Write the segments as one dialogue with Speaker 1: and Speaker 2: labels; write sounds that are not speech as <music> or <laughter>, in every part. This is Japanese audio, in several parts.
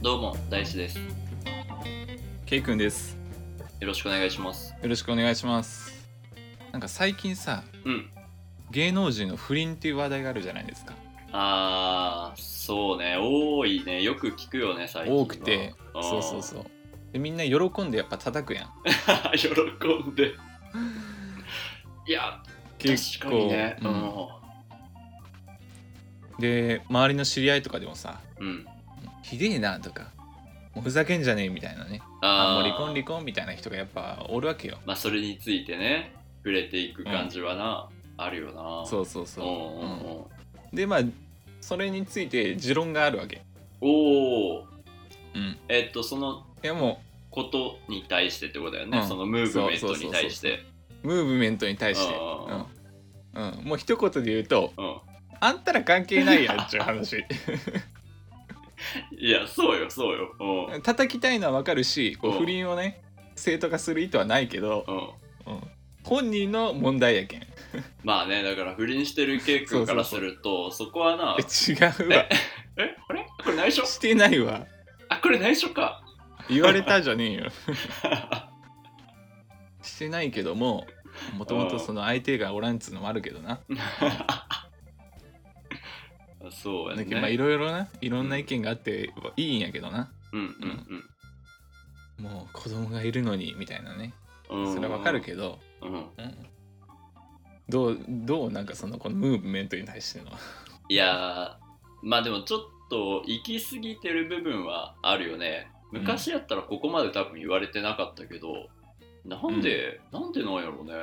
Speaker 1: どうも大志です
Speaker 2: ケイくんです。
Speaker 1: よろしくお願いします
Speaker 2: よろしくお願いします。なんか最近さ、
Speaker 1: うん
Speaker 2: 芸能人の不倫っていう話題があるじゃないですか。
Speaker 1: あーそうね多いねよく聞くよね最近は
Speaker 2: 多くて、そうそうそう。でみんな喜んでやっぱ叩くやん。
Speaker 1: うん <laughs> 喜ん
Speaker 2: <laughs>
Speaker 1: でいや
Speaker 2: 結構
Speaker 1: 確かにねう
Speaker 2: うん
Speaker 1: ん、
Speaker 2: で周りの知り合いとかでもさ、
Speaker 1: うん、
Speaker 2: ひでえなとか、もうふざけんじゃねえみたいなね。あもう
Speaker 1: ー
Speaker 2: 離婚離婚みたいな人がやっぱおるわけよ。
Speaker 1: まあそれについてね触れていく感じはな、あるよな
Speaker 2: そううそう
Speaker 1: そ
Speaker 2: そう。
Speaker 1: おうんうんうん
Speaker 2: でまあそれについて持論があるわけ。
Speaker 1: おー
Speaker 2: うん。
Speaker 1: えっとその
Speaker 2: いやも
Speaker 1: ことに対してってことだよね、
Speaker 2: うん
Speaker 1: そのムーブメントに対して
Speaker 2: うムーブメントに対して、
Speaker 1: あ
Speaker 2: うん、うん、もう一言で言うと。
Speaker 1: うん
Speaker 2: あんたら関係ないやんっていう
Speaker 1: <laughs>
Speaker 2: 話
Speaker 1: いやそうよそうようん
Speaker 2: 叩きたいのはわかるしこ
Speaker 1: うん
Speaker 2: う不倫をね正当化する意図はないけど、
Speaker 1: うん
Speaker 2: うん本人の問題やけん
Speaker 1: まあねだから不倫してるケイ君からするとそこはな
Speaker 2: え違うわ
Speaker 1: えあれこれ内緒
Speaker 2: してないわ
Speaker 1: あこれ内緒か
Speaker 2: 言われたじゃねえ
Speaker 1: <laughs>
Speaker 2: よしてないけどももともとその相手がおらんっつうのもあるけどな、
Speaker 1: そうや
Speaker 2: だ
Speaker 1: ね
Speaker 2: けどまあいろいろないろんな意見があっていいんやけどな
Speaker 1: うんうん
Speaker 2: もう子供がいるのにみたいなね
Speaker 1: うんうん
Speaker 2: それはわかるけど、
Speaker 1: ど、うん、
Speaker 2: うんどうどうなんかそのこのムーブメントに対しての
Speaker 1: いやーまあでもちょっと行き過ぎてる部分はあるよね昔やったらここまで多分言われてなかったけど、なんで、なんでなんやろうね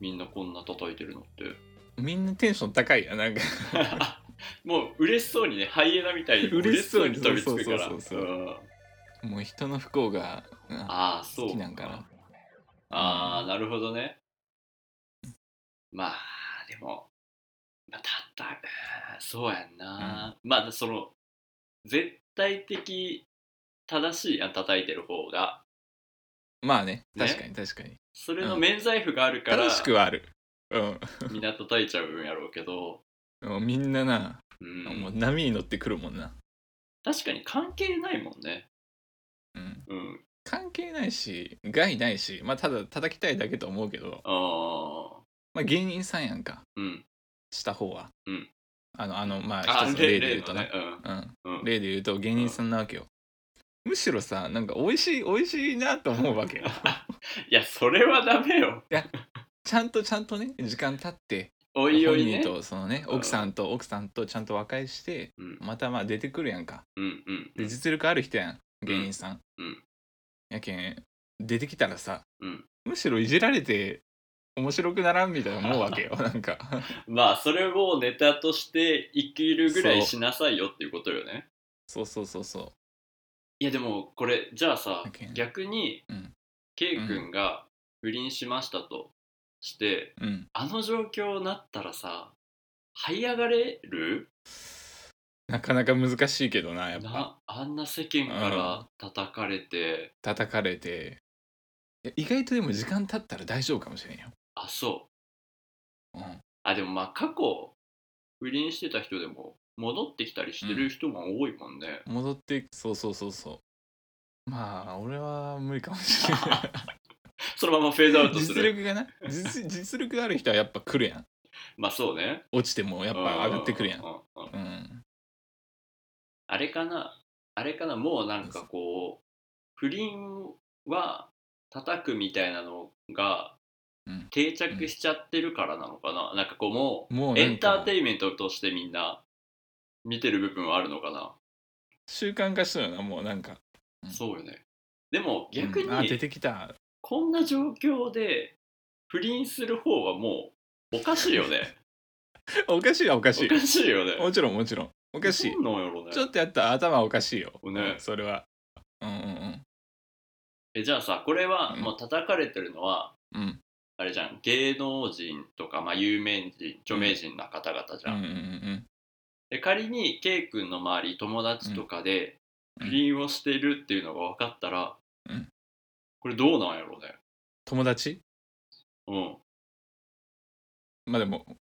Speaker 1: みんなこんな叩いてるのって <laughs>
Speaker 2: みんなテンション高いやんなんか
Speaker 1: もう嬉しそうにねハイエナみたいに
Speaker 2: 嬉しそうに
Speaker 1: 嬉し飛びつくから
Speaker 2: そうそうそうそ
Speaker 1: うん
Speaker 2: もう人の不幸が、うん
Speaker 1: ああそう
Speaker 2: 好きなんかな
Speaker 1: ああなるほどねまあでもまあたったうんそうやんな、まあその絶対的正しいやん叩いてる方が
Speaker 2: まあね
Speaker 1: ね
Speaker 2: 確かに確かに、
Speaker 1: それの
Speaker 2: うん
Speaker 1: 免罪符があるから、
Speaker 2: 正しくはあるうん
Speaker 1: みんな叩いちゃうんやろうけど、
Speaker 2: もうみんなな、
Speaker 1: うん
Speaker 2: もう波に乗ってくるもんな、
Speaker 1: 確かに関係ないもんね
Speaker 2: うん、
Speaker 1: うん
Speaker 2: 関係ないし害ないしまあただ叩きたいだけと思うけど、
Speaker 1: ああ
Speaker 2: まあ、芸人さんやんか
Speaker 1: うん
Speaker 2: した方は、
Speaker 1: うん
Speaker 2: あのあのまあ
Speaker 1: あ
Speaker 2: 一つの
Speaker 1: 例
Speaker 2: 例で
Speaker 1: 例
Speaker 2: 言う
Speaker 1: の
Speaker 2: とね
Speaker 1: ねうん
Speaker 2: うん
Speaker 1: うん
Speaker 2: 例で言うと芸人さんなわけよ、むしろさなんか美味しい美味しいなと思うわけよ
Speaker 1: <laughs> いやそれはダメよ
Speaker 2: ちゃんとちゃんとね時間経って
Speaker 1: おいお
Speaker 2: 本
Speaker 1: いね
Speaker 2: 人とそのね
Speaker 1: うん
Speaker 2: 奥さんと奥さんとちゃんと和解して
Speaker 1: うん
Speaker 2: またまあ出てくるやんか
Speaker 1: うんうんう
Speaker 2: で
Speaker 1: ん
Speaker 2: 実力ある人やん芸人さん、
Speaker 1: うん
Speaker 2: やけん出てきたらさ
Speaker 1: うん
Speaker 2: むしろいじられて面白くならんみたいな思うわけ
Speaker 1: <laughs>
Speaker 2: よなんか
Speaker 1: まあそれをネタとして生きるぐらいしなさいよっていうことよね
Speaker 2: そうそうそうそ
Speaker 1: いやでもこれじゃあさ
Speaker 2: だけど
Speaker 1: 逆に
Speaker 2: うん
Speaker 1: ケイ君が不倫しましたとして、
Speaker 2: ううん
Speaker 1: あの状況になったらさ這い上がれる
Speaker 2: なかなか難しいけどなやっぱ
Speaker 1: なあんな世間から叩かれて、
Speaker 2: 叩かれていや意外とでも時間経ったら大丈夫かもしれんよ、
Speaker 1: あそう
Speaker 2: うん、
Speaker 1: あでもまあ過去不倫してた人でも戻ってきたりしてる人も多いもんね、
Speaker 2: 戻ってそうそうそうそうまあ俺は無理かもしれない
Speaker 1: そのままフェードアウトす
Speaker 2: 実
Speaker 1: る
Speaker 2: 力がな実実力がある人はやっぱ来るやん
Speaker 1: まあそうね
Speaker 2: 落ちてもやっぱ上がってくるやん
Speaker 1: うううんうん
Speaker 2: うん
Speaker 1: あれかなあれかなもうなんかこう不倫は叩くみたいなのが
Speaker 2: うん
Speaker 1: 定着しちゃってるからなのかな、なんかこうも
Speaker 2: もう
Speaker 1: う
Speaker 2: な
Speaker 1: エン
Speaker 2: ん
Speaker 1: タ
Speaker 2: か
Speaker 1: ーテインメントとしてみんな見てる部分はあるのかな、
Speaker 2: 習慣化したよなもうなんかうん
Speaker 1: そうよねでも逆
Speaker 2: うんあ出
Speaker 1: に
Speaker 2: てきた
Speaker 1: こんな状況で不倫する方はもうおかしいよね
Speaker 2: おかし <laughs> いはおかし
Speaker 1: お
Speaker 2: い
Speaker 1: かしいよね
Speaker 2: もちろんもちろんお
Speaker 1: お
Speaker 2: かしい
Speaker 1: なんやろね
Speaker 2: ちょっとやったら頭おかしいよ、
Speaker 1: ね
Speaker 2: うんそれはうんうん
Speaker 1: えじゃあさこれは
Speaker 2: うん
Speaker 1: もう叩かれてるのは、
Speaker 2: うんうん
Speaker 1: あれじゃん芸能人とか、まあ、有名人著名人な方々じ
Speaker 2: う
Speaker 1: ゃ
Speaker 2: ん
Speaker 1: ん、
Speaker 2: うんうん
Speaker 1: で仮に K 君の周り友達とかで
Speaker 2: う
Speaker 1: 不
Speaker 2: ん
Speaker 1: 倫をしているっていうのが分かったら、
Speaker 2: うん
Speaker 1: これどうなんやろうね
Speaker 2: 友達
Speaker 1: うん <laughs>
Speaker 2: まあでも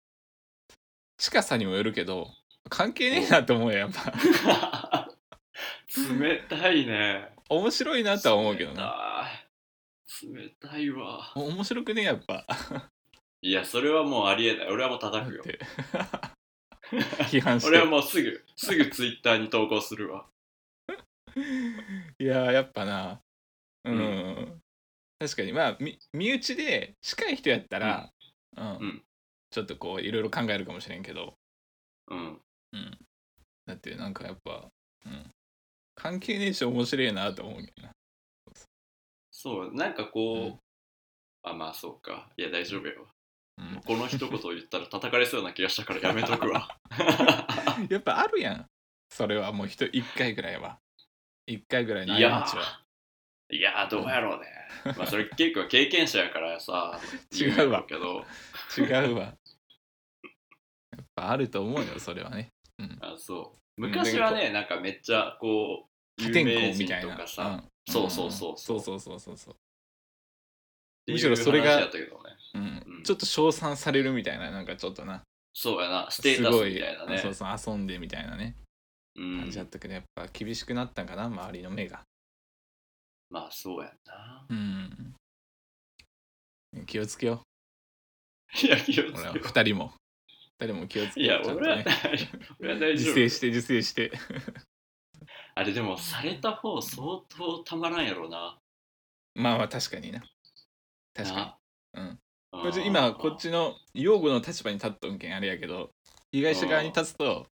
Speaker 1: <laughs>
Speaker 2: 近さにもよるけど関係ねえなと思うよやっぱ
Speaker 1: 冷たいね
Speaker 2: 面白いなとは思うけどな
Speaker 1: 冷たい冷たいわ
Speaker 2: お面白くねやっぱ
Speaker 1: いやそれはもうありえない俺はもう叩くよ
Speaker 2: って <laughs> 批判して
Speaker 1: 俺はもうすぐすぐツイッターに投稿するわ
Speaker 2: いやーやっぱなうん、
Speaker 1: う
Speaker 2: 確かにまあみ身内で近い人やったら、うん
Speaker 1: うん
Speaker 2: ちょっとこういろいろ考えるかもしれんけど
Speaker 1: うん
Speaker 2: だってなんかやっぱ、うん、関係ねえし面白いなと思うけどな
Speaker 1: そうなんかこう、
Speaker 2: うん
Speaker 1: あまあそうかいや大丈夫よ、
Speaker 2: うん
Speaker 1: この一言を言ったら叩かれそうな気がしたからやめとくわ
Speaker 2: やっぱあるやんそれはもう人1回ぐらいは1回 <laughs> ぐらいの
Speaker 1: い
Speaker 2: 過ち
Speaker 1: や
Speaker 2: は
Speaker 1: ーいやーどうやろうねまあそれ結構経験者やからさ
Speaker 2: <laughs> 違
Speaker 1: 言
Speaker 2: う
Speaker 1: や
Speaker 2: わ
Speaker 1: ろけど
Speaker 2: 違うわや <laughs> っぱあると思うよそれはね、うん、
Speaker 1: あそう昔はねなんかめっちゃこう
Speaker 2: 破
Speaker 1: 有
Speaker 2: 天
Speaker 1: 名
Speaker 2: 荒み
Speaker 1: 人
Speaker 2: たい
Speaker 1: と
Speaker 2: な
Speaker 1: かさ、
Speaker 2: うん
Speaker 1: そうそうそう
Speaker 2: そ
Speaker 1: そうう
Speaker 2: そうそうそうそう
Speaker 1: っていう
Speaker 2: むしろそれが
Speaker 1: 話やったけどね
Speaker 2: うん
Speaker 1: うん
Speaker 2: ちょっと称賛されるみたいななんかちょっとな
Speaker 1: そうやなス
Speaker 2: す
Speaker 1: テータス
Speaker 2: ご
Speaker 1: みたいなね
Speaker 2: そうそう遊んでみたいなね
Speaker 1: うん
Speaker 2: 感じだったけどやっぱ厳しくなったんかな周りの目が
Speaker 1: まあそうやんな <laughs>
Speaker 2: うん気をつけよ
Speaker 1: いや気を
Speaker 2: う
Speaker 1: つけ
Speaker 2: 俺
Speaker 1: <laughs> よ
Speaker 2: は2人も2人も気をつけ
Speaker 1: うい
Speaker 2: よ
Speaker 1: や
Speaker 2: うちゃんと
Speaker 1: 俺は
Speaker 2: ね
Speaker 1: 俺は大丈
Speaker 2: 自
Speaker 1: 夫
Speaker 2: 制して自制して
Speaker 1: あれでもされた方相当たまらんやろな
Speaker 2: まあまあ確かにな確かにうん
Speaker 1: な
Speaker 2: これちょ今こっちの擁護の立場に立っとんけんあれやけど被害者側に立つと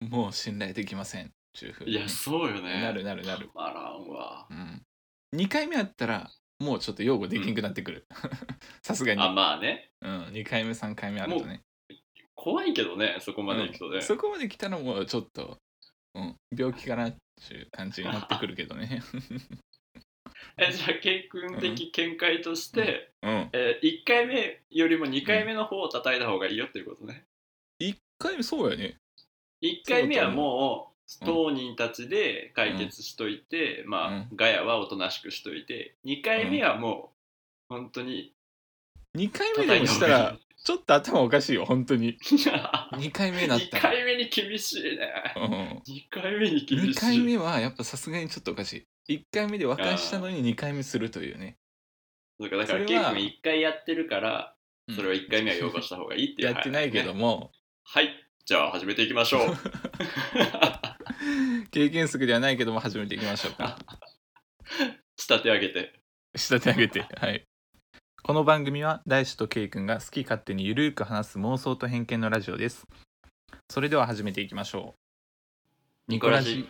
Speaker 2: もう信頼できませんっていうふう
Speaker 1: い
Speaker 2: に
Speaker 1: やそうよね
Speaker 2: なるなるなる
Speaker 1: たまらんわ
Speaker 2: うん、2回目あったらもうちょっと擁護できんくなってくる <laughs> さすがに、
Speaker 1: あまあね
Speaker 2: うん、2回目3回目あるとね
Speaker 1: 怖いけどねそこまで行くとね、
Speaker 2: うんそこまで来たらもうちょっと、うん、病気かなっていう感じになってくるけど
Speaker 1: <laughs>
Speaker 2: ね
Speaker 1: えじゃあケイ君的見解として、
Speaker 2: うん
Speaker 1: え1回目よりも2回目の方を叩いた方がいいよっていうことね
Speaker 2: 1回目そうやね
Speaker 1: 1回目はもう当人たちで解決しといて、まあ、
Speaker 2: うん
Speaker 1: ガヤはおとなしくしといて2回目はもう本当に
Speaker 2: 2回目
Speaker 1: 叩
Speaker 2: で
Speaker 1: い
Speaker 2: も
Speaker 1: た
Speaker 2: し
Speaker 1: 方
Speaker 2: た
Speaker 1: が
Speaker 2: らちょっと頭おかしいよ本当に
Speaker 1: いいいや
Speaker 2: 2回目だっ
Speaker 1: <laughs> 2
Speaker 2: たら、
Speaker 1: 回目に厳しいね
Speaker 2: うん、
Speaker 1: 2回目に厳しい
Speaker 2: 2回目はやっぱさすがにちょっとおかしい1回目で和解したのに2回目するというね
Speaker 1: そうかだ
Speaker 2: そ
Speaker 1: から
Speaker 2: れ
Speaker 1: ケイ君
Speaker 2: は
Speaker 1: 1回やってるから
Speaker 2: うん
Speaker 1: それは1回目は擁護した方がいいっていう、
Speaker 2: やってないけど
Speaker 1: ね
Speaker 2: も、
Speaker 1: はいじゃあ始めていきましょう
Speaker 2: <laughs> 経験則ではないけども始めていきましょうか
Speaker 1: 仕立て上げて
Speaker 2: 仕立て上げてはいこの番組は大志とケイ君が好き勝手にゆるーく話す妄想と偏見のラジオですそれでは始めていきましょう
Speaker 1: ニコラジ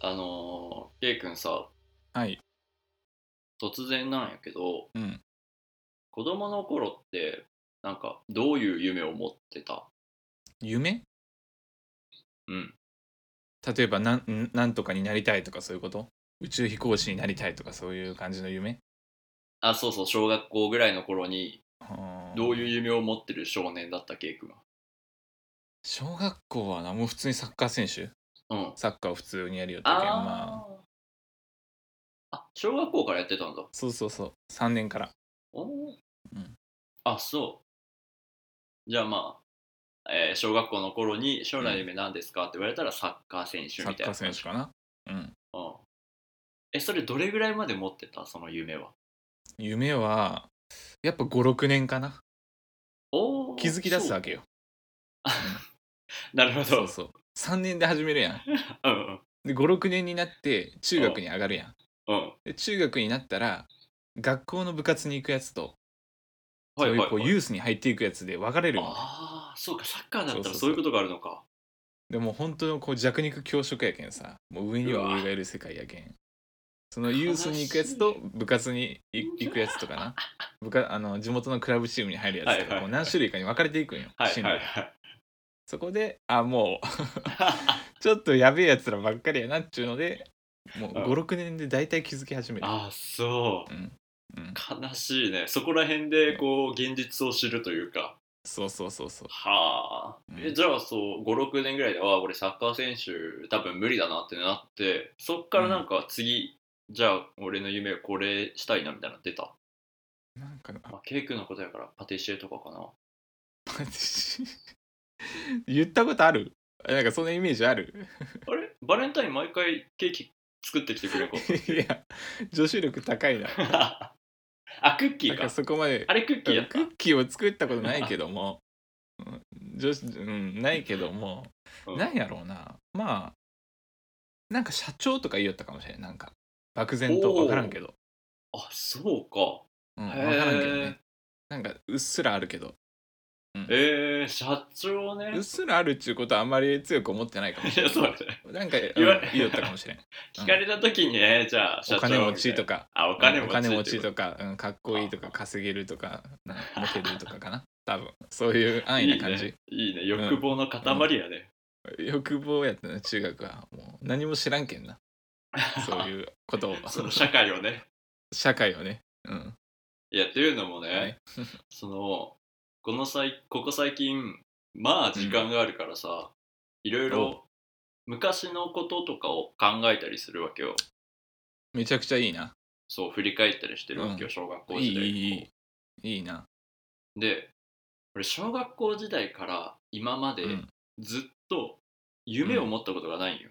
Speaker 1: あのー、ケイ君さ
Speaker 2: はい
Speaker 1: 突然なんやけど
Speaker 2: うん
Speaker 1: 子供の頃ってなんかどういう夢を持ってた
Speaker 2: 夢
Speaker 1: うん
Speaker 2: 例えばなんんなんとかになりたいとかそういうこと宇宙飛行士になりたいとかそういう感じの夢
Speaker 1: あそうそう小学校ぐらいの頃にどういう
Speaker 2: う
Speaker 1: 夢を持ってる少年だったケイ君は
Speaker 2: 小学校はなもう普通にサッカー選手
Speaker 1: うん
Speaker 2: サッカーを普通にやるよってけんまあ
Speaker 1: あーあ小学校からやってたんだ
Speaker 2: そうそうそう3年から
Speaker 1: おお、
Speaker 2: うん
Speaker 1: あそうじゃあまあ、えー小学校の頃に将来の夢何ですかって言われたらサッカー選手
Speaker 2: サ
Speaker 1: み
Speaker 2: ッ
Speaker 1: たい
Speaker 2: カ
Speaker 1: な
Speaker 2: ー選手かなうん
Speaker 1: うんえそれどれぐらいまで持ってたその夢は
Speaker 2: 夢はやっぱ56年かな
Speaker 1: おお
Speaker 2: 気づき出すわ
Speaker 1: <laughs>
Speaker 2: けよ
Speaker 1: なるほど
Speaker 2: そうそう3年で始めるやん
Speaker 1: うんうん
Speaker 2: で56年になって中学に上がるやん
Speaker 1: うん
Speaker 2: で中学になったら学校の部活に行くやつと
Speaker 1: は
Speaker 2: そ
Speaker 1: いうはいいは
Speaker 2: う
Speaker 1: い
Speaker 2: こうユースに入っていくやつで分かれるよ
Speaker 1: ああそうかサッカーだった
Speaker 2: そう
Speaker 1: ら
Speaker 2: そうそう
Speaker 1: そういうことがあるのか
Speaker 2: でもう本当のこう弱肉強食やけんさもう上に
Speaker 1: う
Speaker 2: は
Speaker 1: わ
Speaker 2: 上がいる世界やけんそのユースに行くやつと部活にい行くやつとかな部活あの地元のクラブチームに入るやつとか、
Speaker 1: はいはいはい
Speaker 2: こう何種類かに分かれていくんよ、
Speaker 1: はい
Speaker 2: 進
Speaker 1: はいは
Speaker 2: 路
Speaker 1: い
Speaker 2: そこであもう <laughs> ちょっとやべえやつらばっかりやなっちゅうのでもう
Speaker 1: うん
Speaker 2: 56年で大体気づき始める、
Speaker 1: ああそう
Speaker 2: うんうん
Speaker 1: 悲しいねそこら辺でこう現実を知るというか
Speaker 2: そうそうそうそう
Speaker 1: はあ、え
Speaker 2: うん
Speaker 1: じゃあそう56年ぐらいでああ俺サッカー選手多分無理だなってなってそっからなんか次、じゃあ俺の夢はこれしたいなみたいなの出た、
Speaker 2: なんかあ <laughs>
Speaker 1: まあ、ケイ君のことやからパティシエとかかな
Speaker 2: パティシエ言ったことあるなんかそんなイメージあ
Speaker 1: <laughs>
Speaker 2: る
Speaker 1: あれバレンタイン毎回ケーキ作ってきてくれんかっ
Speaker 2: いや女子力高いな
Speaker 1: た <laughs> あクッキ
Speaker 2: な
Speaker 1: ー
Speaker 2: ん
Speaker 1: か
Speaker 2: かそこまで
Speaker 1: あれクッキーやっ
Speaker 2: ク
Speaker 1: た
Speaker 2: ッキーを作ったことないけどもうん女子うんないけども、
Speaker 1: うん
Speaker 2: なんやろうなまあなんか社長とか言いよったかもしれんなんか漠然と
Speaker 1: おー
Speaker 2: 分からんけど、
Speaker 1: あそうか
Speaker 2: うん、分
Speaker 1: へー
Speaker 2: からんけどねなんかうっすらあるけど
Speaker 1: えー、社長ね
Speaker 2: う
Speaker 1: <laughs>
Speaker 2: っすらあるっちゅうことはあんまり強く思ってないかもし
Speaker 1: い
Speaker 2: れ
Speaker 1: や
Speaker 2: ない
Speaker 1: そうだね
Speaker 2: なんか、うん
Speaker 1: 言わ
Speaker 2: 言いよったかもしれん
Speaker 1: 聞かれた時にねじゃあ <laughs> 社
Speaker 2: お
Speaker 1: 長
Speaker 2: 金持ちとか
Speaker 1: あお金持ち
Speaker 2: うんお金持ち
Speaker 1: ってこと
Speaker 2: とか、うん、かっこいいとか稼げるとかなんかモテるとかかな多分そういう安易な感じ
Speaker 1: いいねいいね欲望の塊やね、
Speaker 2: 欲望やったな中学はもう何も知らん
Speaker 1: <laughs>
Speaker 2: けんなそう
Speaker 1: う
Speaker 2: いうことを
Speaker 1: <laughs> その社会を
Speaker 2: <laughs>
Speaker 1: ね
Speaker 2: 社会をねうん
Speaker 1: いやっていうのもね、
Speaker 2: はい
Speaker 1: そのこの際ここ最近まあ時間があるからさ、いろいろ昔のこととかを考えたりするわけよ
Speaker 2: めちゃくちゃいいな
Speaker 1: そう振り返ったりしてるわけよ、
Speaker 2: うん
Speaker 1: 小学
Speaker 2: い
Speaker 1: 校
Speaker 2: い
Speaker 1: 時代
Speaker 2: いいいいいいな
Speaker 1: で俺小学校時代から今まで
Speaker 2: うん
Speaker 1: ずっと夢を持ったことがないんよ、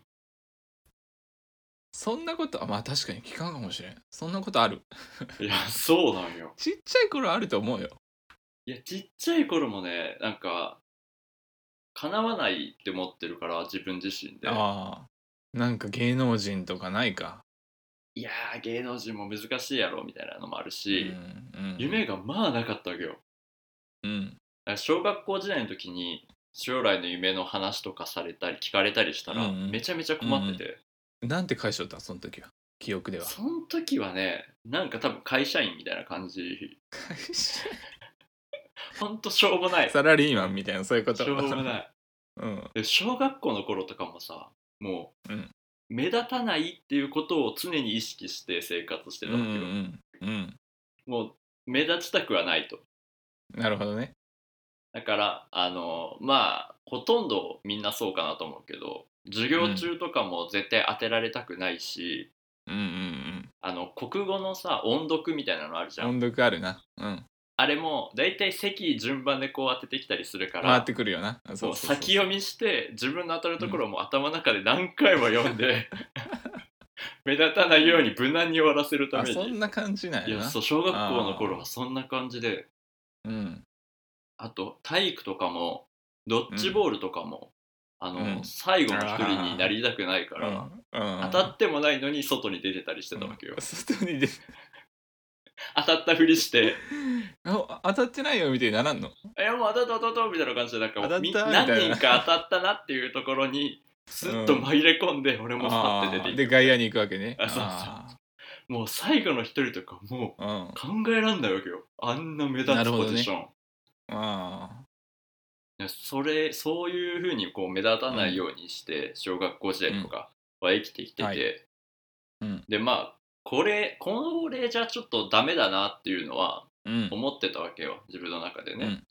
Speaker 2: そんなことあまあ確かに聞かんかもしれんそんなことある
Speaker 1: いやそうなんよ
Speaker 2: ちっちゃい頃あると思うよ
Speaker 1: いやちっちゃい頃もねなんか叶わないって思ってるから自分自身で
Speaker 2: ああなんか芸能人とかないか、
Speaker 1: いやー芸能人も難しいやろみたいなのもある
Speaker 2: うん
Speaker 1: し、
Speaker 2: うん、
Speaker 1: 夢がまあなかったわけよ
Speaker 2: うん
Speaker 1: だから小学校時代の時に将来の夢の話とかされたり聞かれたりしたら
Speaker 2: うんうん
Speaker 1: めちゃめちゃ困ってて、
Speaker 2: なんて返しとったその時は記憶では
Speaker 1: その時はねなんか多分会社員みたいな感じほんとしょうもないし
Speaker 2: サラリーマンみたいなそういうこと
Speaker 1: ょうもない
Speaker 2: うん
Speaker 1: で小学校の頃とかもさもう、
Speaker 2: うん
Speaker 1: 目立たないっていうことを常に意識して生活して
Speaker 2: う
Speaker 1: た
Speaker 2: ん
Speaker 1: わ
Speaker 2: う
Speaker 1: けよ、
Speaker 2: んうん
Speaker 1: もう目立ちたくはないと
Speaker 2: なるほどね
Speaker 1: だからあのまあほとんどみんなそうかなと思うけど授業中とかも絶対当てられたくないし、
Speaker 2: うんうん
Speaker 1: あの国語のさ音読みたいなのあるじ
Speaker 2: う
Speaker 1: ゃ
Speaker 2: ん
Speaker 1: ん、
Speaker 2: 音読あるなうん
Speaker 1: あれも大体席順番でこう当ててきたりするから
Speaker 2: 回ってくるよなあ
Speaker 1: そう先読みして自分の当たるところも頭の中で何回も読んで、
Speaker 2: <laughs>
Speaker 1: 目立たないように無難に終わらせるた
Speaker 2: あ
Speaker 1: め
Speaker 2: そ
Speaker 1: に
Speaker 2: んな感じなん
Speaker 1: い
Speaker 2: や
Speaker 1: や
Speaker 2: な
Speaker 1: そう小学校の頃はそんな感じで
Speaker 2: うん
Speaker 1: あと体育とかもドッジボールとかも、あの、
Speaker 2: うん
Speaker 1: 最後の一人になりたくないから、
Speaker 2: 当
Speaker 1: 当たってもないのに外に出てたりしてたわけよ、
Speaker 2: 外に出て
Speaker 1: 当たったふりして <laughs>
Speaker 2: あ当たってないよみたいにならんの
Speaker 1: 「いやもう当たった当たった」みたいな感じでなんか
Speaker 2: 当たった
Speaker 1: み
Speaker 2: みたいな
Speaker 1: 何人か当たったなっていうところにスッと紛れ込んで、俺もパって出て
Speaker 2: あー
Speaker 1: い
Speaker 2: で
Speaker 1: く
Speaker 2: 外野に行くわけね
Speaker 1: あそうそう
Speaker 2: あ
Speaker 1: もう最後の一人とかも
Speaker 2: ーうん
Speaker 1: う考えらんないわけよあんな目立
Speaker 2: な
Speaker 1: つ
Speaker 2: るほ
Speaker 1: ポ
Speaker 2: どね
Speaker 1: ジション、
Speaker 2: あ
Speaker 1: いやそれそういうふうにこう目立たないようにして小学校時代とかは生きてきてて、
Speaker 2: はいうん
Speaker 1: でまあこれこれじゃちょっとダメだなっていうのは
Speaker 2: ーうん
Speaker 1: 思ってたわけよ自分の中でね、
Speaker 2: うん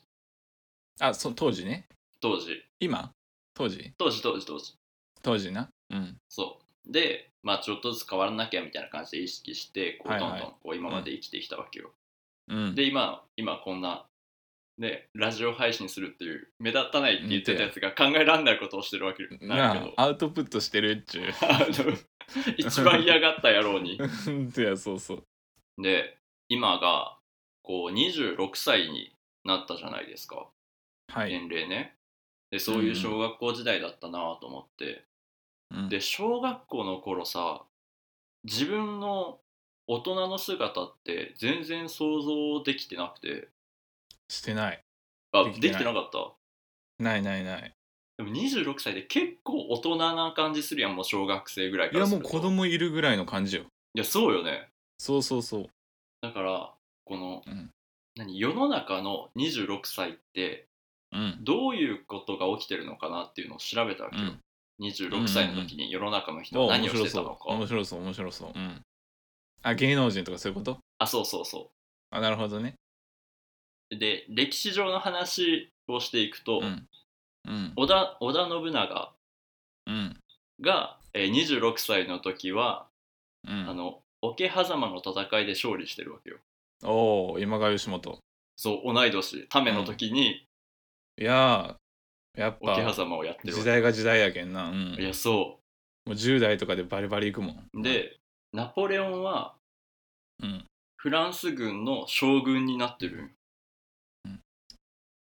Speaker 2: あそう当時ね
Speaker 1: 当時
Speaker 2: 今当時
Speaker 1: 当時当時当時
Speaker 2: 当時なうん
Speaker 1: そうでまあちょっとずつ変わらなきゃみたいな感じで意識してこう
Speaker 2: は
Speaker 1: ど
Speaker 2: い
Speaker 1: ん
Speaker 2: は
Speaker 1: ど
Speaker 2: い
Speaker 1: んこう今まで生きてきたわけよ、
Speaker 2: うん
Speaker 1: で今今こんなねラジオ配信するっていう目立たないって言ってたやつが考えらんないことをしてるわけなんだ
Speaker 2: な
Speaker 1: けど
Speaker 2: あアウトプットしてるっちゅう <laughs>
Speaker 1: あの <laughs> 一番嫌がった野郎に
Speaker 2: うんいやそうそう
Speaker 1: で今がこう26歳になったじゃないですか
Speaker 2: はい
Speaker 1: 年齢ねでそういう小学校時代だったなと思って、
Speaker 2: うん
Speaker 1: で小学校の頃さ自分の大人の姿って全然想像できてなくて
Speaker 2: してない
Speaker 1: あ
Speaker 2: で
Speaker 1: でき
Speaker 2: きてない
Speaker 1: てなかった
Speaker 2: ないないない
Speaker 1: でも26歳で結構大人な感じするやんもう小学生ぐらい
Speaker 2: い
Speaker 1: から
Speaker 2: や
Speaker 1: す
Speaker 2: もう
Speaker 1: ると
Speaker 2: 子供いるぐらいの感じよ
Speaker 1: いやそうよね
Speaker 2: そうそうそう
Speaker 1: だからこの、
Speaker 2: うん
Speaker 1: 何世の中の26歳って
Speaker 2: うん
Speaker 1: どういうことが起きてるのかなっていうのを調べたわけ
Speaker 2: う
Speaker 1: よ、
Speaker 2: ん
Speaker 1: 26歳の時に世の中の人
Speaker 2: お
Speaker 1: は何
Speaker 2: 面
Speaker 1: をして
Speaker 2: 白
Speaker 1: た
Speaker 2: そ
Speaker 1: の
Speaker 2: う
Speaker 1: か、
Speaker 2: 面白そう面白そううんあ芸能人とかそういうこと
Speaker 1: あそうそうそ
Speaker 2: あなるほどね
Speaker 1: で歴史上の話をしていくと、
Speaker 2: うんうん
Speaker 1: 織田織田信長
Speaker 2: うん
Speaker 1: が、えー26歳の時は、
Speaker 2: うん
Speaker 1: あの桶狭間の戦いで勝利してるわけよ
Speaker 2: おお今川義元
Speaker 1: そう同い年ための時に
Speaker 2: いやーやっ
Speaker 1: 桶
Speaker 2: ぱ
Speaker 1: 狭間をやってるわ
Speaker 2: 時
Speaker 1: け、
Speaker 2: 代が時代やけんな、うん、
Speaker 1: いやそ
Speaker 2: もう10代とかでバリバリいくもん
Speaker 1: うでナポレオンは
Speaker 2: うん
Speaker 1: フランス軍の将軍になってるんよ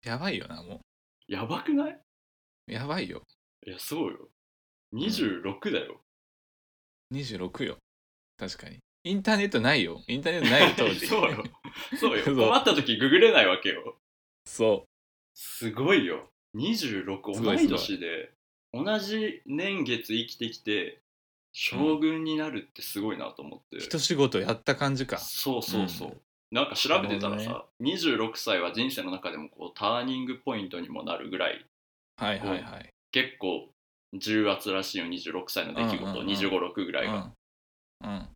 Speaker 2: やばいよなも
Speaker 1: やばくないう
Speaker 2: やばいよ
Speaker 1: いやそうよ26だよ、
Speaker 2: 26よ確かにインターネットないよインターネットないよ当
Speaker 1: <laughs>
Speaker 2: 時
Speaker 1: そうよそうよ
Speaker 2: <laughs> そう
Speaker 1: 困った時ググれないわけよ
Speaker 2: そ
Speaker 1: すごいよ26
Speaker 2: すご
Speaker 1: 同
Speaker 2: いす
Speaker 1: い
Speaker 2: ごい
Speaker 1: 年で同じ年月生きてきて将軍になるってすごいなと思って、
Speaker 2: う一仕事やった感じか
Speaker 1: そうそうそう、
Speaker 2: うん
Speaker 1: なんか調べてたら
Speaker 2: なるほ
Speaker 1: さ、26歳は人生の中でもこうターニングポイントにもなるぐらい
Speaker 2: はいはいはい、
Speaker 1: 結構重圧らしいよ26歳の出来事、
Speaker 2: うんうんうん
Speaker 1: 256ぐら
Speaker 2: う
Speaker 1: いが、
Speaker 2: んうん、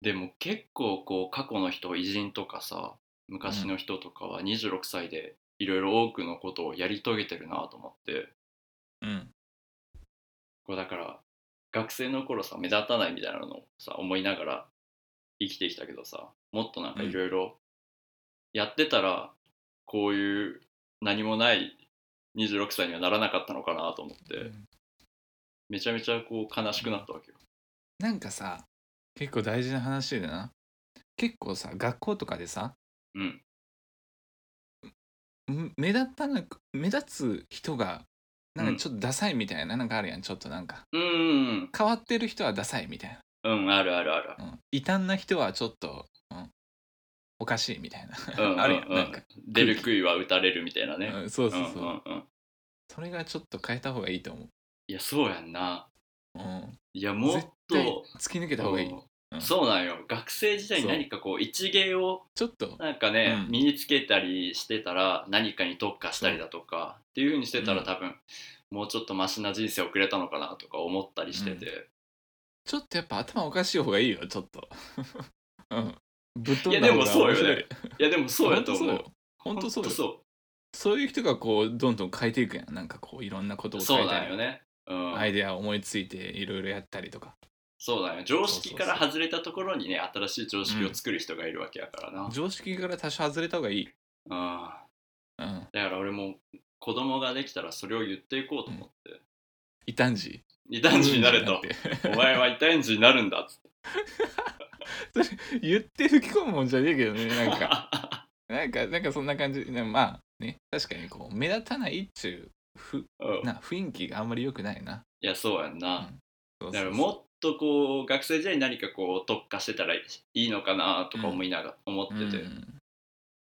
Speaker 1: でも結構こう過去の人偉人とかさ昔の人とかは26歳でいろいろ多くのことをやり遂げてるなと思って
Speaker 2: うん、
Speaker 1: こうだから学生の頃さ目立たないみたいなのをさ思いながら生きてきたけどさもっとなんかいろいろやってたらこういう何もない26歳にはならなかったのかなと思ってめちゃめちゃこう悲しくなったわけよ。
Speaker 2: なんかさ結構大事な話だな結構さ学校とかでさ
Speaker 1: うん、
Speaker 2: ん目立たなく目立つ人がなんかちょっとダサいみたいな、なんかあるやんちょっとなんか
Speaker 1: うんうん
Speaker 2: 変わってる人はダサいみたい
Speaker 1: うんうんあるあるある
Speaker 2: な、うん、異端な人はちょっと、うん、おかしいみたいな、
Speaker 1: うんうんうん
Speaker 2: <laughs> あるやんなんか、
Speaker 1: 出る杭は打たれるみたいなね。
Speaker 2: うん、そうそうそう、
Speaker 1: うんうんうん、
Speaker 2: それがちょっと変えた方がいいと思う、
Speaker 1: いやそうやんな
Speaker 2: うん、
Speaker 1: いやもっ
Speaker 2: 絶対
Speaker 1: と
Speaker 2: 突き抜けた方がいい、うん
Speaker 1: そうなんよ学生時代に
Speaker 2: そう
Speaker 1: 何かこう一芸を
Speaker 2: ちょっと
Speaker 1: なんかね、
Speaker 2: うん
Speaker 1: 身につけたりしてたら何かに特化したりだとかっていうふうにしてたら
Speaker 2: うん
Speaker 1: 多分、もうちょっとマシな人生をくれたのかなとか思ったりしてて、
Speaker 2: ちょっとやっぱ頭おかしい方がいいよちょっと <laughs> うんぶっ飛ん
Speaker 1: いや
Speaker 2: だ
Speaker 1: で
Speaker 2: 方
Speaker 1: も
Speaker 2: が
Speaker 1: そう
Speaker 2: 面
Speaker 1: よ
Speaker 2: 白い
Speaker 1: ねいやでもそうやと思う
Speaker 2: 本当そうよ本当そうよそう
Speaker 1: そ
Speaker 2: いう人がこうどんどん変えていくやんなんかこういろんなこと
Speaker 1: う
Speaker 2: を
Speaker 1: そ
Speaker 2: 変
Speaker 1: う
Speaker 2: えた
Speaker 1: なん
Speaker 2: り、
Speaker 1: よねうん、
Speaker 2: アイデアを思いついていろいろやったりとか
Speaker 1: そうなんよ常識から
Speaker 2: そうそうそ
Speaker 1: 外
Speaker 2: う
Speaker 1: れたところにね新しい常識を作る人がいるわけやからな、うん、
Speaker 2: 常識から多少外れた方がいい、う
Speaker 1: だ
Speaker 2: ん、
Speaker 1: から俺も子供ができたらそれを言っていこうと思って
Speaker 2: 異端児
Speaker 1: 異端児になれと
Speaker 2: 異端児になって
Speaker 1: お前は一対一になるんだっつって。
Speaker 2: 言って吹き込むもんじゃねえけ
Speaker 1: <laughs>
Speaker 2: どねなんかなんかなんかそんな感じねまあね確かにこう目立たないっちゅうふ
Speaker 1: うん、
Speaker 2: な雰囲気があんまり良くないない
Speaker 1: や、そうやんな。
Speaker 2: そう
Speaker 1: だ
Speaker 2: そ
Speaker 1: か
Speaker 2: うそう
Speaker 1: らもっとこう、学生時代に何かこう、特化してたらいいのかなとか思いながら、思ってて、
Speaker 2: うん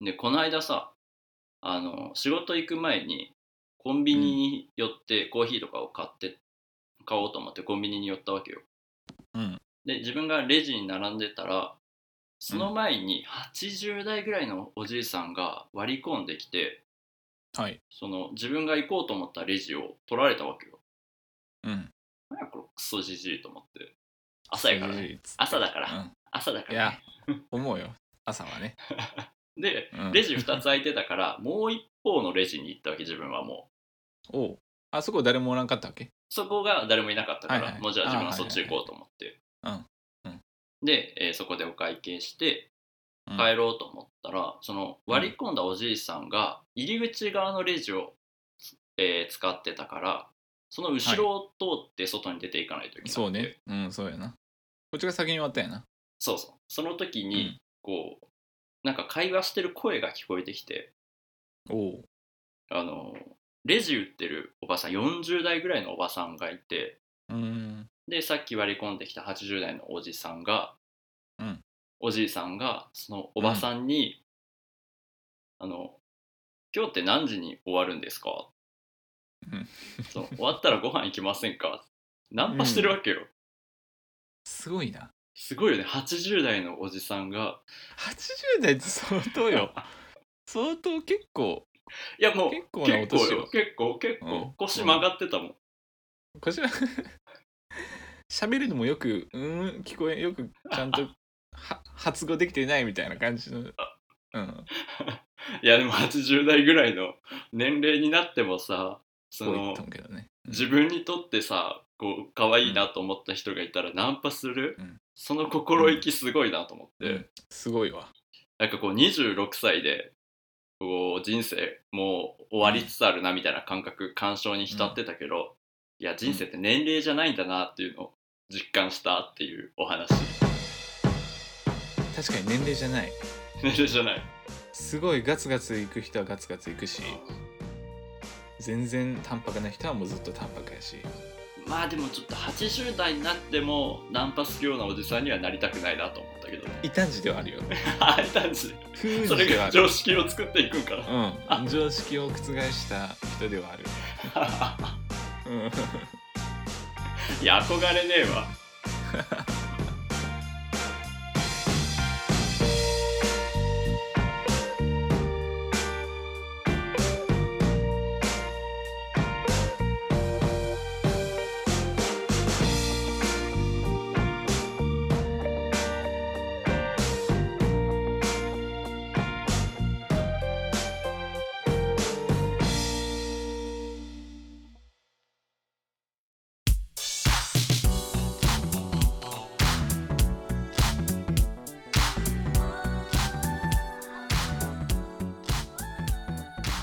Speaker 1: で、この間さ、あの、仕事行く前に、コンビニに寄ってコーヒーとかを買って、買おうと思ってコンビニに寄ったわけよ。
Speaker 2: うん
Speaker 1: で、自分がレジに並んでたら、その前に80代ぐらいのおじいさんが割り込んできて、
Speaker 2: はい
Speaker 1: その自分が行こうと思ったレジを取られたわけよ。
Speaker 2: うん
Speaker 1: 何やこれクソじじいと思って。朝やからね。
Speaker 2: いいっつって
Speaker 1: 朝だから。
Speaker 2: うん
Speaker 1: 朝だか
Speaker 2: い
Speaker 1: ら
Speaker 2: や
Speaker 1: ね、
Speaker 2: 思うよ朝はね、
Speaker 1: で、
Speaker 2: うん
Speaker 1: レジ2つ空いてたから、もう一方のレジに行ったわけ、自分はもう。
Speaker 2: おうあそこ誰もおらんかったわけ
Speaker 1: そこが誰もいなかったから、
Speaker 2: はいはい
Speaker 1: もうじゃあ自分は
Speaker 2: あー
Speaker 1: そっち行こうと思って。
Speaker 2: はいはいうんうん
Speaker 1: で、えーそこでお会計して、
Speaker 2: うん
Speaker 1: 帰ろうと思ったら、その割り込んだおじいさんが、入り口側のレジを、えー使ってたから、その後ろを通って外に出ていかないといけなくて、
Speaker 2: そうねうんそうやなこっちが先に終わったんやな
Speaker 1: そうそうその時
Speaker 2: う
Speaker 1: に
Speaker 2: ん
Speaker 1: こう、なんか会話してる声が聞こえてきて
Speaker 2: おう
Speaker 1: あのレジ売ってるおばさん40代ぐらいのおばさんがいて
Speaker 2: うーん
Speaker 1: でさっき割り込んできた80代のおじさんが、
Speaker 2: うん
Speaker 1: おじいさんがそのおばさんに「あの今日って何時に終わるんですか
Speaker 2: うん
Speaker 1: その終わったらご飯行きませんか?」ナンパしてるわけよ、
Speaker 2: すごいな
Speaker 1: すごいよね80代のおじさんが
Speaker 2: 80代って相当よ相当結構
Speaker 1: いやもう
Speaker 2: 結
Speaker 1: 結
Speaker 2: 構
Speaker 1: 構
Speaker 2: なお年よ
Speaker 1: よ結構結構、
Speaker 2: うん
Speaker 1: 腰曲がってたもん、
Speaker 2: こちら喋るのもよくうーん聞こえよくちゃんとは発語できてないみたいな感じのうん
Speaker 1: いやでも80代ぐらいの年齢になってもさそ
Speaker 2: こう言
Speaker 1: の
Speaker 2: っとんけどね。うん
Speaker 1: 自分にとってさこう可愛いなと思った人がいたらナンパする、
Speaker 2: うん
Speaker 1: その心意気すごいなと思って、
Speaker 2: うんすごいわ。
Speaker 1: なんかこう26歳でこう人生もう終わりつつあるなみたいな感覚感傷に浸ってたけど、いや人生って年齢じゃないんだなっていうのを実感したっていうお話 <laughs>
Speaker 2: 確かに年齢じゃない。
Speaker 1: 年齢じゃない
Speaker 2: すごいガツガツ行く人はガツガツ行くし、全然淡白な人はもうずっと淡白やし。
Speaker 1: まあでもちょっと80代になってもナンパするようなおじさんにはなりたくないなと思ったけどね <laughs>
Speaker 2: 異端児ではあるよ。
Speaker 1: ああいたんじ
Speaker 2: <laughs> 風
Speaker 1: そ
Speaker 2: 児
Speaker 1: れ
Speaker 2: では
Speaker 1: が
Speaker 2: ある。
Speaker 1: 常識を作っていくんかな
Speaker 2: うん、常識を覆した人ではある。うん
Speaker 1: いや憧れねえわ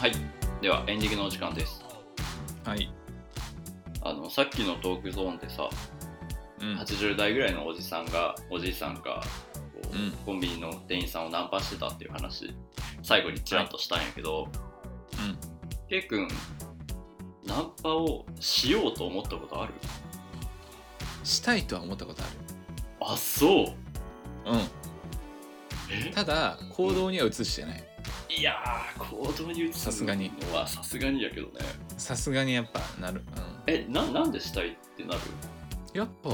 Speaker 1: はいではエンディングのお時間です
Speaker 2: はい。
Speaker 1: あのさっきのトークゾーンでさ
Speaker 2: うん。
Speaker 1: 80代ぐらいのおじさんがおじいさんがこう
Speaker 2: うん
Speaker 1: コンビニの店員さんをナンパしてたっていう話最後にちらっとしたんやけど、
Speaker 2: うん
Speaker 1: ケイ君ナンパをしようと思ったことある
Speaker 2: したいとは思ったことあ
Speaker 1: あそう
Speaker 2: る。う
Speaker 1: え
Speaker 2: ん。ただ、行動には移してない。
Speaker 1: いやー行動に移す
Speaker 2: さすがに
Speaker 1: のはさすがにやけどね
Speaker 2: さすがにやっぱなる。うん。
Speaker 1: えななんでしたいってなる
Speaker 2: やっぱ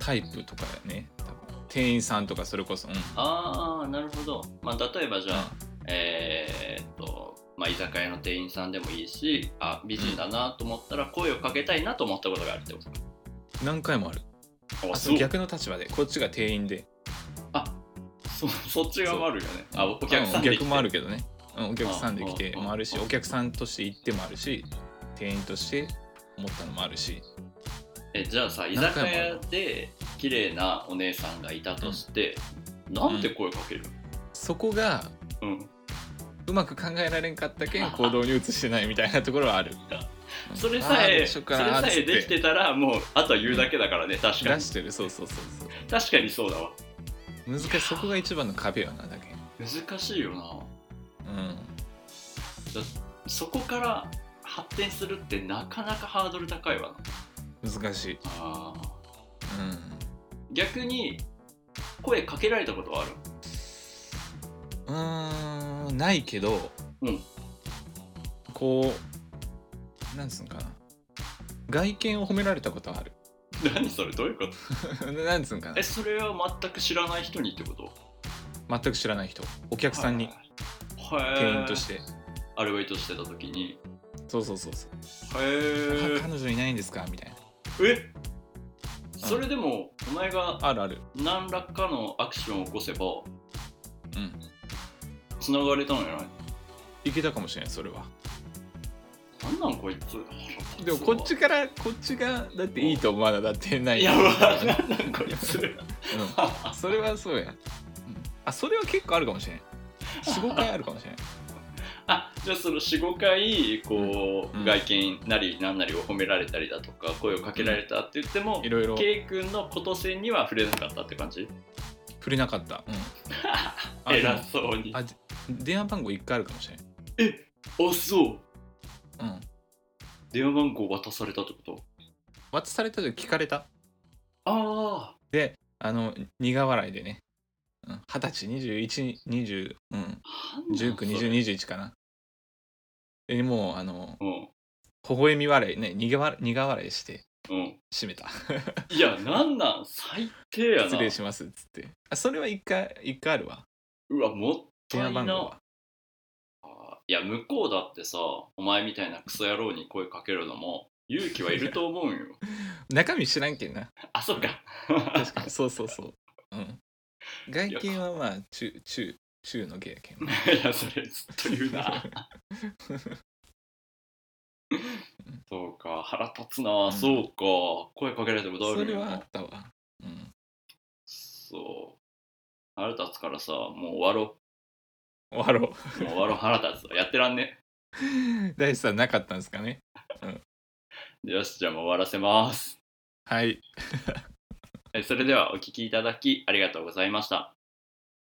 Speaker 2: タイプとかやね多分店員さんとかそれこそ、うん
Speaker 1: ああなるほど、まあ、例えばじゃあ、えーっと、まあ、居酒屋の店員さんでもいいしあ美人だなと思ったら声をかけたいなと思ったことがあるってことか
Speaker 2: 何回もある
Speaker 1: あ
Speaker 2: あ
Speaker 1: そう
Speaker 2: 逆の立場でこっちが店員で
Speaker 1: あそそっち側もあるよねあおお客さん
Speaker 2: う
Speaker 1: で来て
Speaker 2: 逆もあるけどね、うん、お客さんで来
Speaker 1: うん
Speaker 2: て
Speaker 1: うんうん
Speaker 2: もあるし
Speaker 1: うん
Speaker 2: お客さんとして行ってもあるし店員として思ったのもあるし
Speaker 1: えじゃあさ居
Speaker 2: 何
Speaker 1: 酒
Speaker 2: 回もある
Speaker 1: 屋で綺麗なお姉さんがいたとして、なんて声かける
Speaker 2: そこが
Speaker 1: うん、
Speaker 2: うまく考えられんかっ
Speaker 1: <laughs>
Speaker 2: たけん行動に移してないみたいなところはあるうん
Speaker 1: それさ
Speaker 2: あー
Speaker 1: え
Speaker 2: ど
Speaker 1: そう
Speaker 2: しよ
Speaker 1: れ
Speaker 2: うかな
Speaker 1: さえできてたらもうあとは言うだけだからね、確か
Speaker 2: 出
Speaker 1: に
Speaker 2: してるそうそうそうそう
Speaker 1: 確かにそうだわ
Speaker 2: 難しいそこが一番の壁よなだけ
Speaker 1: 難しいよな
Speaker 2: うん
Speaker 1: そこから発展するってなかなかハードル高いわな
Speaker 2: 難しい、
Speaker 1: あー
Speaker 2: うん、
Speaker 1: 逆に声かけられたことはある <laughs>
Speaker 2: うーんないけど、
Speaker 1: うん
Speaker 2: こうなんつうのかな外見を褒められたことはある <laughs>
Speaker 1: 何それどういうこと
Speaker 2: なんつうのかな
Speaker 1: えそれは全く知らない人にってこと
Speaker 2: 全く知らない人お客さんに
Speaker 1: はいへえ
Speaker 2: 店員として、
Speaker 1: アルバイトしてた時に
Speaker 2: そうそうそうそう、
Speaker 1: へ
Speaker 2: あ彼女いないんですかみたいな
Speaker 1: ええそれでもお前が
Speaker 2: あるある
Speaker 1: 何らかのアクションを起こせば
Speaker 2: うん
Speaker 1: つながれたのじゃない
Speaker 2: いけたかもしれないそれは
Speaker 1: なんなんこいつ
Speaker 2: でもこっちからこっちがだっていいと思わなだってない
Speaker 1: いやば <laughs> いなんなんこいつ
Speaker 2: うん、 <laughs> それはそうや、うんあそれは結構あるかもしれない45回あるか <laughs> もしれない
Speaker 1: あじゃあその45回こう、
Speaker 2: うん
Speaker 1: 外見なりなんなりを褒められたりだとか声をかけられたって言っても、
Speaker 2: いろいろ
Speaker 1: K 君のことせには触れなかったって感じ
Speaker 2: 触れなかった、うんあでも
Speaker 1: 偉そうに
Speaker 2: あで電話番号1回あるかもしれ
Speaker 1: あそう
Speaker 2: ない、うん、
Speaker 1: 電話番号渡されたってこと
Speaker 2: 渡された時聞かれた
Speaker 1: あ
Speaker 2: であの苦笑いでねうん二十歳2120、うん、
Speaker 1: あ
Speaker 2: 192021かなでもうあの
Speaker 1: うん
Speaker 2: 微笑み笑いね苦笑い苦笑いして
Speaker 1: うん
Speaker 2: 閉めた
Speaker 1: いやなんなん最低やな
Speaker 2: 失礼しますっつってあそれは1回一回あるわ
Speaker 1: うわもった
Speaker 2: 電話
Speaker 1: い
Speaker 2: 番号
Speaker 1: な
Speaker 2: はい
Speaker 1: や向こうだってさお前みたいなクソ野郎に声かけるのも勇気はいると思うん
Speaker 2: <laughs>
Speaker 1: よ
Speaker 2: 中身知らんけんな
Speaker 1: あそうか
Speaker 2: 確かにそうそうそう、うん、外見はまあ中中週の経験
Speaker 1: いやそれずっと言う
Speaker 2: <laughs>
Speaker 1: なそうか腹立つな、
Speaker 2: うん
Speaker 1: そうか声かけられてもどう
Speaker 2: そ
Speaker 1: に
Speaker 2: れ
Speaker 1: も
Speaker 2: はあったわ、うん、
Speaker 1: そう腹立つからさもう終わろ
Speaker 2: 終わろ
Speaker 1: うもう終わろう腹立つわやってらんね
Speaker 2: う大地さんなかったんですかね
Speaker 1: よしじゃあもう終わらせます
Speaker 2: はい
Speaker 1: えそれではお聞きいただきありがとうございました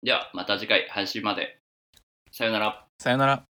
Speaker 1: ではまた次回配信までさようなら
Speaker 2: さよなら